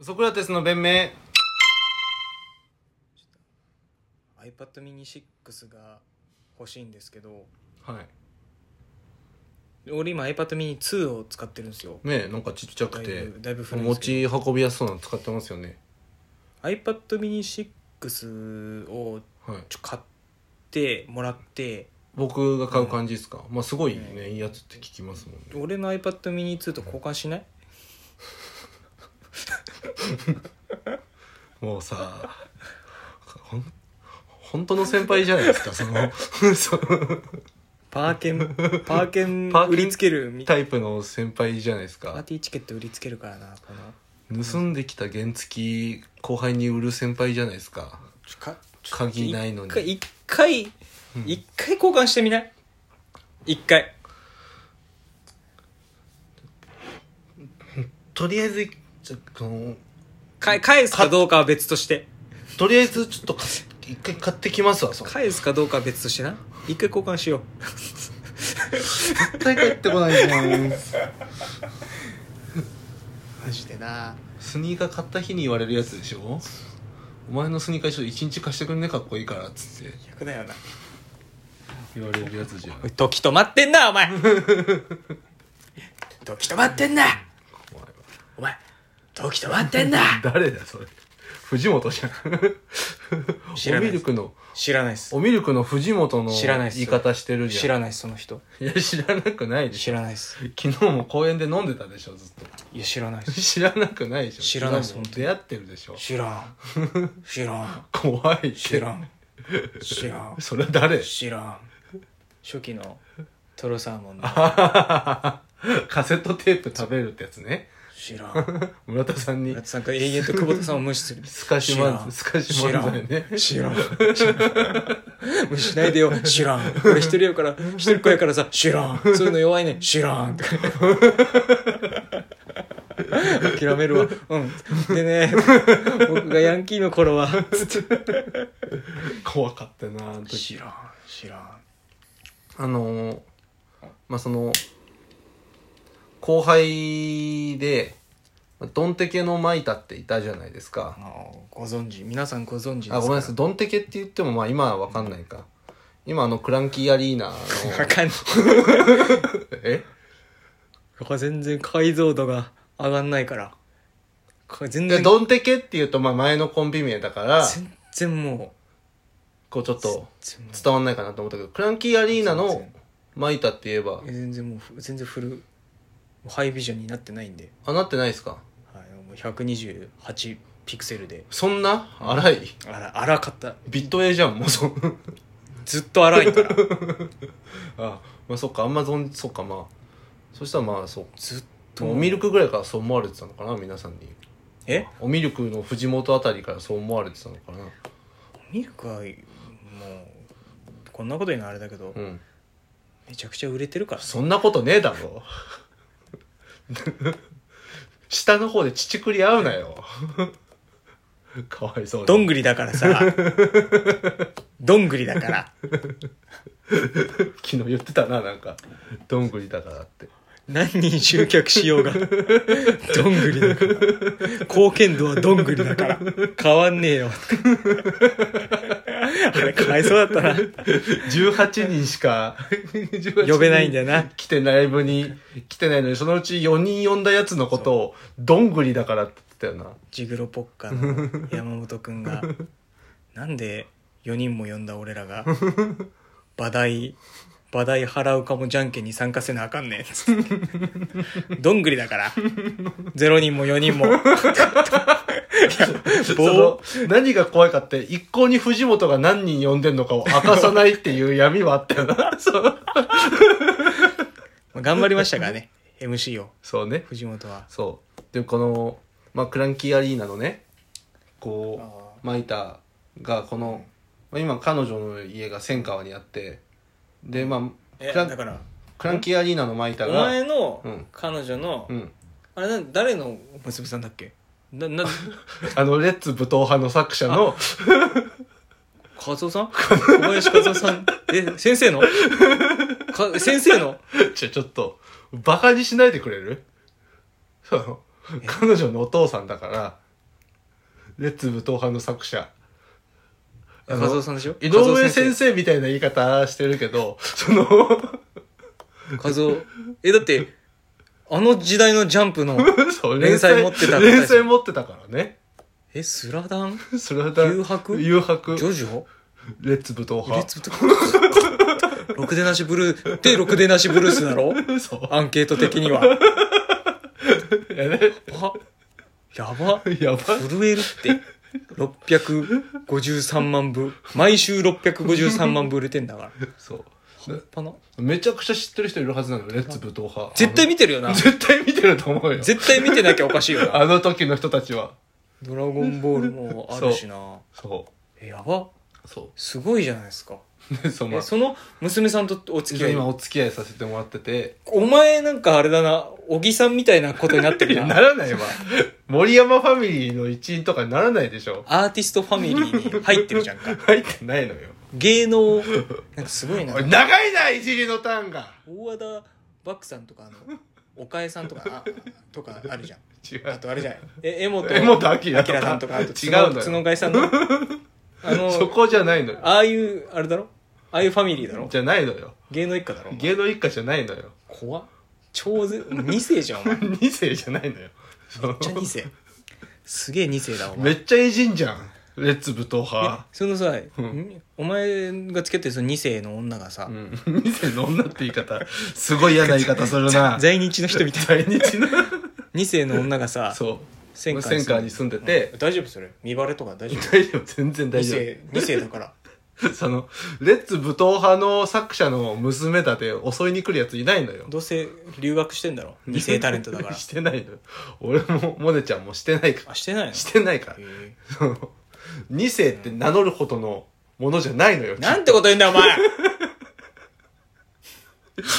ソクラテスの弁明 iPad mini 6が欲しいんですけどは俺今 iPad mini 2を使ってるんですよいねえなんかちっちゃくだいてぶだいぶ古いん持ですけち運びやすそうなの使ってますよねど iPad mini 6をはいちょ買ってもらって僕が買う感じですか、まあすごいねいいやつって聞きますもんね俺の iPad mini 2と交換しないもうさ ほん本当の先輩じゃないですかその そのパー ケンパーケンパーケン売りつけるみたいタイプの先輩じゃないですパーかティーチケット売りつけるからなこの盗んできた原付き後輩に売る先輩じゃないですかちょか鍵ないのに一回一回うん一回交換してみない一回とりあえずちょっとか返すかどうかは別としてとりあえずちょっとか一回買ってきますわその返すかどうかは別としてな一回交換しよう絶対帰ってこないじゃんマジでなスニーカー買った日に言われるやつでしょお前のスニーカーちょっと一日貸してくんねかっこいいからっつって逆だよな言われるやつじゃんおい時止まってんなお前 時止まってんなお前はお前時止まってんな誰だそれ藤本じゃん知らおないミルクの知らないっすおミルクの藤本の知らないっす言い方してるじゃん知らないっすその人いや知らなくないでし知ょらないっす昨日も公園で飲んでたでしょずっいや知らないっとす知らなくないでしょ知らないです昨日も出会ってるでしょ知らん知らん怖いって知らん知らんそれは誰知らん初期のトロサーモンのカセットテープ食べるってやつね知らん村田さんに村田さんが永遠と久保田さんを無視するすかし漫才すかし漫才ね知らん無視しないでよ知らん俺一人やから一人っ子やからさ知らんそういうの弱いね知らんとか諦めるわうんでね僕がヤンキーの頃はつって怖かったなあの時らん知らんあのーまあその後輩でドンテケのマイタっていたじゃないですかあのご存知皆さんご存知ですかあごめんなさいドンテケって言ってもまあ今は分かんないか今あのクランキーアリーナのわかんない えここ全然解像度が上がんないからこれ全で然ドンテケっていうとまあ前のコンビ名だから全然もこうちょっとう全然伝わんないかなと思ったけどクランキーアリーナのマイタって言えばえ全然もうふ全然フルもうハイビジョンになってないんで、あなってないですかはい、もう128ピクセルでそんな荒いあら荒かったビット A じゃんもう そうずっと荒いからあまあそっかあんま存じそっかまあそしたらまあそうずっとおミルクぐらいからそう思われてたのかな皆さんにえおミルクの藤本あたりからそう思われてたのかなミルクはもうこんなこと言うのあれだけど、うんめちゃくちゃ売れてるからそんなことねえだろ下の方で乳くり合うなよかわいそうにどんぐりだからさどんぐりだから昨日言ってたななんかどんぐりだからって何人集客しようがどんぐりだから貢献度はどんぐりだから変わんねえよあれかわいそうだったな18人しか呼べないんだよな来てライブに来てないのにそのうち4人呼んだやつのことをどんぐりだからって言ってたよなジグロポッ カの山本くんがなんで4人も呼んだ俺ら が馬代馬代払うかもじゃんけんに参加せなあかんねんつってどんぐりだから0人も4人も いや そ棒の何が怖いかって一向に藤本が何人呼んでんのかを明かさないっていう闇はあったよ なそうまあ頑張りましたからね MC をそうね藤本はそうでこの、まあ、クランキーアリーナのねこあうマイタがこの、まあ、今彼女の家が千川にあってでまあえクラだンからクランキーアリーナのマイタおが前のうん彼女の、うん、あれな誰の娘さんだっけななあのレッツ武闘派の作者の和夫さん小林和夫さんえ先生のか先生の ちょちょっと バカにしないでくれるその彼女のお父さんだからレッツ武闘派の作者。あの和夫さんでしょ井上先生生みたいな言い方してるけど、 その、和夫えだってあの時代のジャンプのそう連載持ってた連載持ってたからね。えスラダンそれはだ誘白誘白ジ。ョジョレッツ武闘レッ派。ツとろくでなしブルーでろくでなしブルースだろ そう。アンケート的にはやねあやばやばい。震えるって653万部毎週653万部売れてんだからそう。半端なめちゃくちゃ知ってる人いるはずなのよ、レッツ武闘派。絶対見てるよあなの絶対見てると思うよ。絶対見てなきゃおかしいよなあの時の人たちは。ドラゴンボールもあるしな そえやばう。そすごいじゃないですかう。で、そのえ、その娘さんとお付き合い今お付き合いさせてもらってて。お前なんかあれだな小木さんみたいなことになっているや、なならないわ。森山ファミリーの一員とかにならないでしょ。アーティストファミリーに入ってるじゃ んか入ってないのよ。芸能なんかすごいなおい長いな、いじりのターンが。大和田バックさんとかあの岡江さんとかあとかあるじゃん違う。あとあれじゃないえ江本江本明明さんとかあと違うの角よ。貝 さんのあそのこじゃないのよ。ああいうあれだろああいうファミリーだろじゃないのよ。芸能一家だろ芸能一家じゃないのよ。怖っ超ぜ2世じゃんお前めっ二世じゃないのよ。そうちゃ2世すげえ2世だお前めっちゃ偉人じゃん。レッツ武闘派。そのさ、んお前がつけてるその2世の女がさう、ん。二世の女って言い方、すごい嫌な言い方するな。在日の人みた 在い日の。 2世の女がさそう。戦火戦火に住んでて、大丈夫それ見バレとか大丈夫大丈夫、全然2大丈世二世だから夫。その、レッツ武闘派の作者の娘だって襲いに来るやついないのよ。どうせ留学してんだろ2世タレントだから してないのよ。俺も、モネちゃんもしてないかあしてないのら。してないからへ。えその二世って名乗るほどのものじゃないのよ。なんてこと言うんだよお前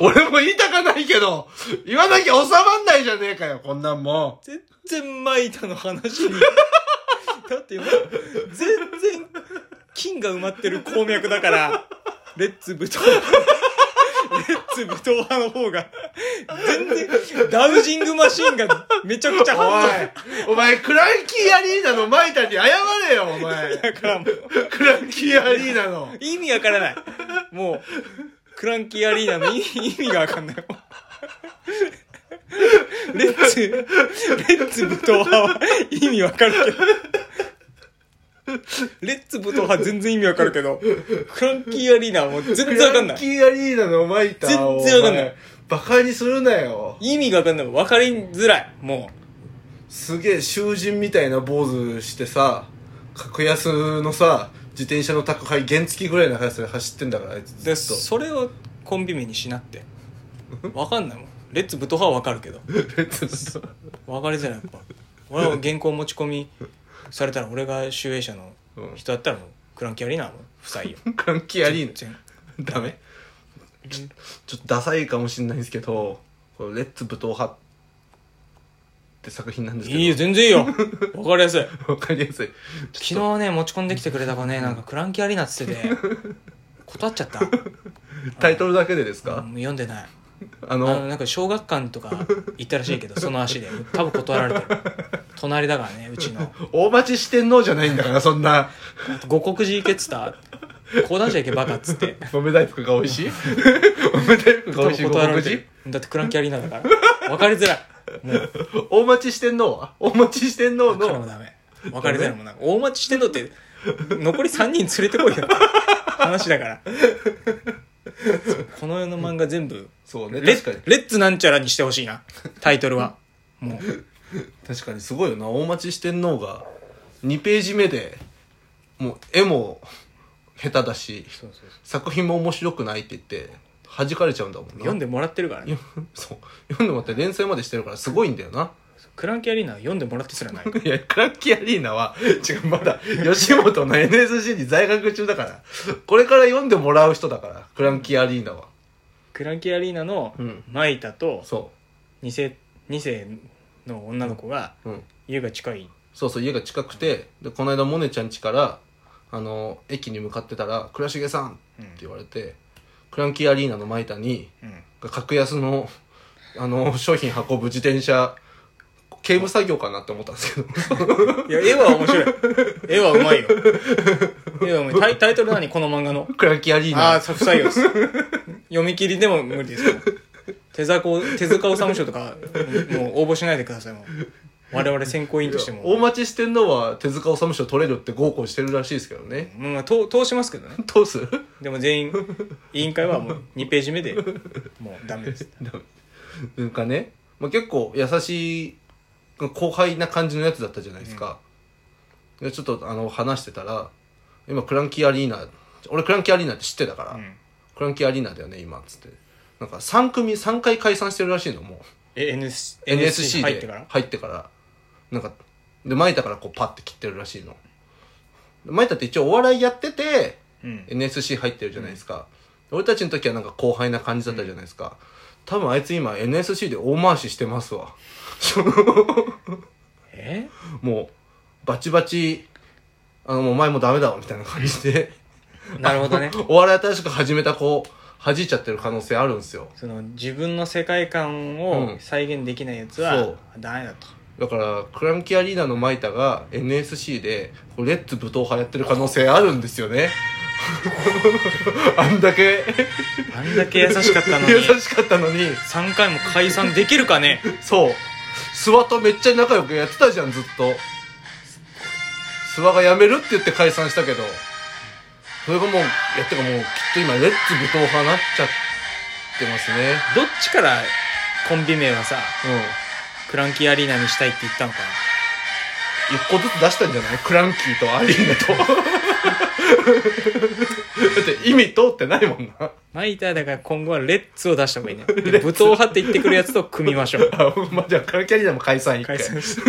俺も言いたかないけど、言わなきゃ収まんないじゃねえかよ、こんなんも全然マイタの話にだって今全然金が埋まってる鉱脈だからレッツ武闘レッツ武闘派の方が全然ダウジングマシンがめちゃくちゃう。お反応い、お前、クランキーアリーナのマイタに謝れよ、お前。 だからもうクランキーアリーナの。意味わからないもうクランキーアリーナの意味意味がわかんないもうレッツレッツ武闘派は意味わかるけどレッツ武闘派全然意味わかるけどクランキーアリーナはもう全ク然わかラんなンいキーアリーナのマイタを。全然わかんないお前。バカにするなよ。意味がわかんないわかりづらいもすげえ囚人みたいな坊主してさ、格安のさ、自転車の宅配原付ぐらいの速さで走ってんだから、あいつうずでっと。それをコンビ名にしなってわかんないもんレッツ武闘派はわかるけどずっとわかりづらいやっぱ俺は原稿持ち込みされたら俺が集英社の人だったらもうクランキーアリーナはもう不採用クランキーアリーナ。全ダメちょっとダサいかもしれないんですけど、これレッツ武闘派って作品なんですけど。いいよ全然いいよわかりやすいわかりやすい。昨日ね持ち込んできてくれた子ねなんかクランキーアリーナっつってて断っちゃったタイトルだけでですうんか、もう読んでないああの、のなんか小学館とか行ったらしいけどその足で多分断られてる隣だからねうちの大町四天王じゃないんだから、そんな、五国寺行けっつった講談社行けバカっつって 豆大福が美味しい豆大福が美多分味しい断ら五国れてる寺だってクランキーアリーナだからわかりづらいもう大町四天王は大町四天王からもの、ダメ分かりづらいもんなんか大待ちしてんのって残り3人連れてこ いよ話だからこの世の漫画全 部そうね、レ確かにッ。レッツなんちゃらにしてほしいなタイトルはもう確かにすごいよな、大町四天王が、2ページ目で、もう絵も下手だし、作品も面白くないって言って、弾かれちゃうんだもんな。読んでもらってるからねよ そう読んでもらって連載までしてるからすごいんだよなクランキーアリーナは読んでもらってすらないいやクラッキーアリーナは違うまだ 吉本の NSC に在学中だからこれから読んでもらう人だからクランキーアリーナはクランキーアリーナのうんマイタとそ2世二世の女の子がう、うん、家が近いそうそう家が近くてでこの間モネちゃん家からあの駅に向かってたら「倉重さん!」って言われて、クランキーアリーナのマイタにうん格安のあの商品運ぶ自転車刑務作業かなって思ったんですけどいや、絵は面白い。絵はうまいよ。絵はうまい。タイタイトル何この漫画の。クランキーアリーああ、ナ不採用です。 読み切りでも無理ですよ。手塚を、手塚治虫賞とか、もう応募しないでください。もう我々選考委員としても。大町四天王は手塚治虫賞取れるって合コンしてるらしいですけどねまあまあ、通通しますけどね。どうするでも全員、委員会はもう2ページ目で、もうダメです。ダメなんかね、まあ、結構優しい後輩な感じのやつだったじゃないですか、でちょっとあの話してたら今クランキーアリーナ俺クランキーアリーナって知ってたから、うんクランキーアリーナだよね今っつってなんか3組3回解散してるらしいのもうえ NS NSC で入ってから入ってからなんかでマイタからこうパッて切ってるらしいのでマイタって一応お笑いやっててうん。 NSC 入ってるじゃないですか、俺たちの時はなんか後輩な感じだったじゃないですか、多分あいつ今 NSC で大回ししてますわ そのえもうバチバチあのもうお前もダメだわみたいな感じでなるほどね。 お笑い新しく始めた子弾いちゃってる可能性あるんですよその自分の世界観うをん再現できないやつそはうダメだと、だからクランキーアリーナのマイタが NSC でこうレッツ武闘派やってる可能性あるんですよね あんだけあんだけ優しかったの に優しかったのに3回も解散できるかねそう諏訪とめっちゃ仲良くやってたじゃんずっと諏訪が辞めるって言って解散したけどそれがもういやってかもうきっと今レッツ武闘派になっちゃってますねどっちからコンビ名はさうんクランキーアリーナにしたいって言ったのか一個ずつ出したんじゃないクランキーとアリーナと だって意味通ってないもんななマイターだから今後はレッツを出した方がいいねで 武闘派って言ってくるやつと組みましょうあまあじゃあクランキーアリーナも解散一回解散して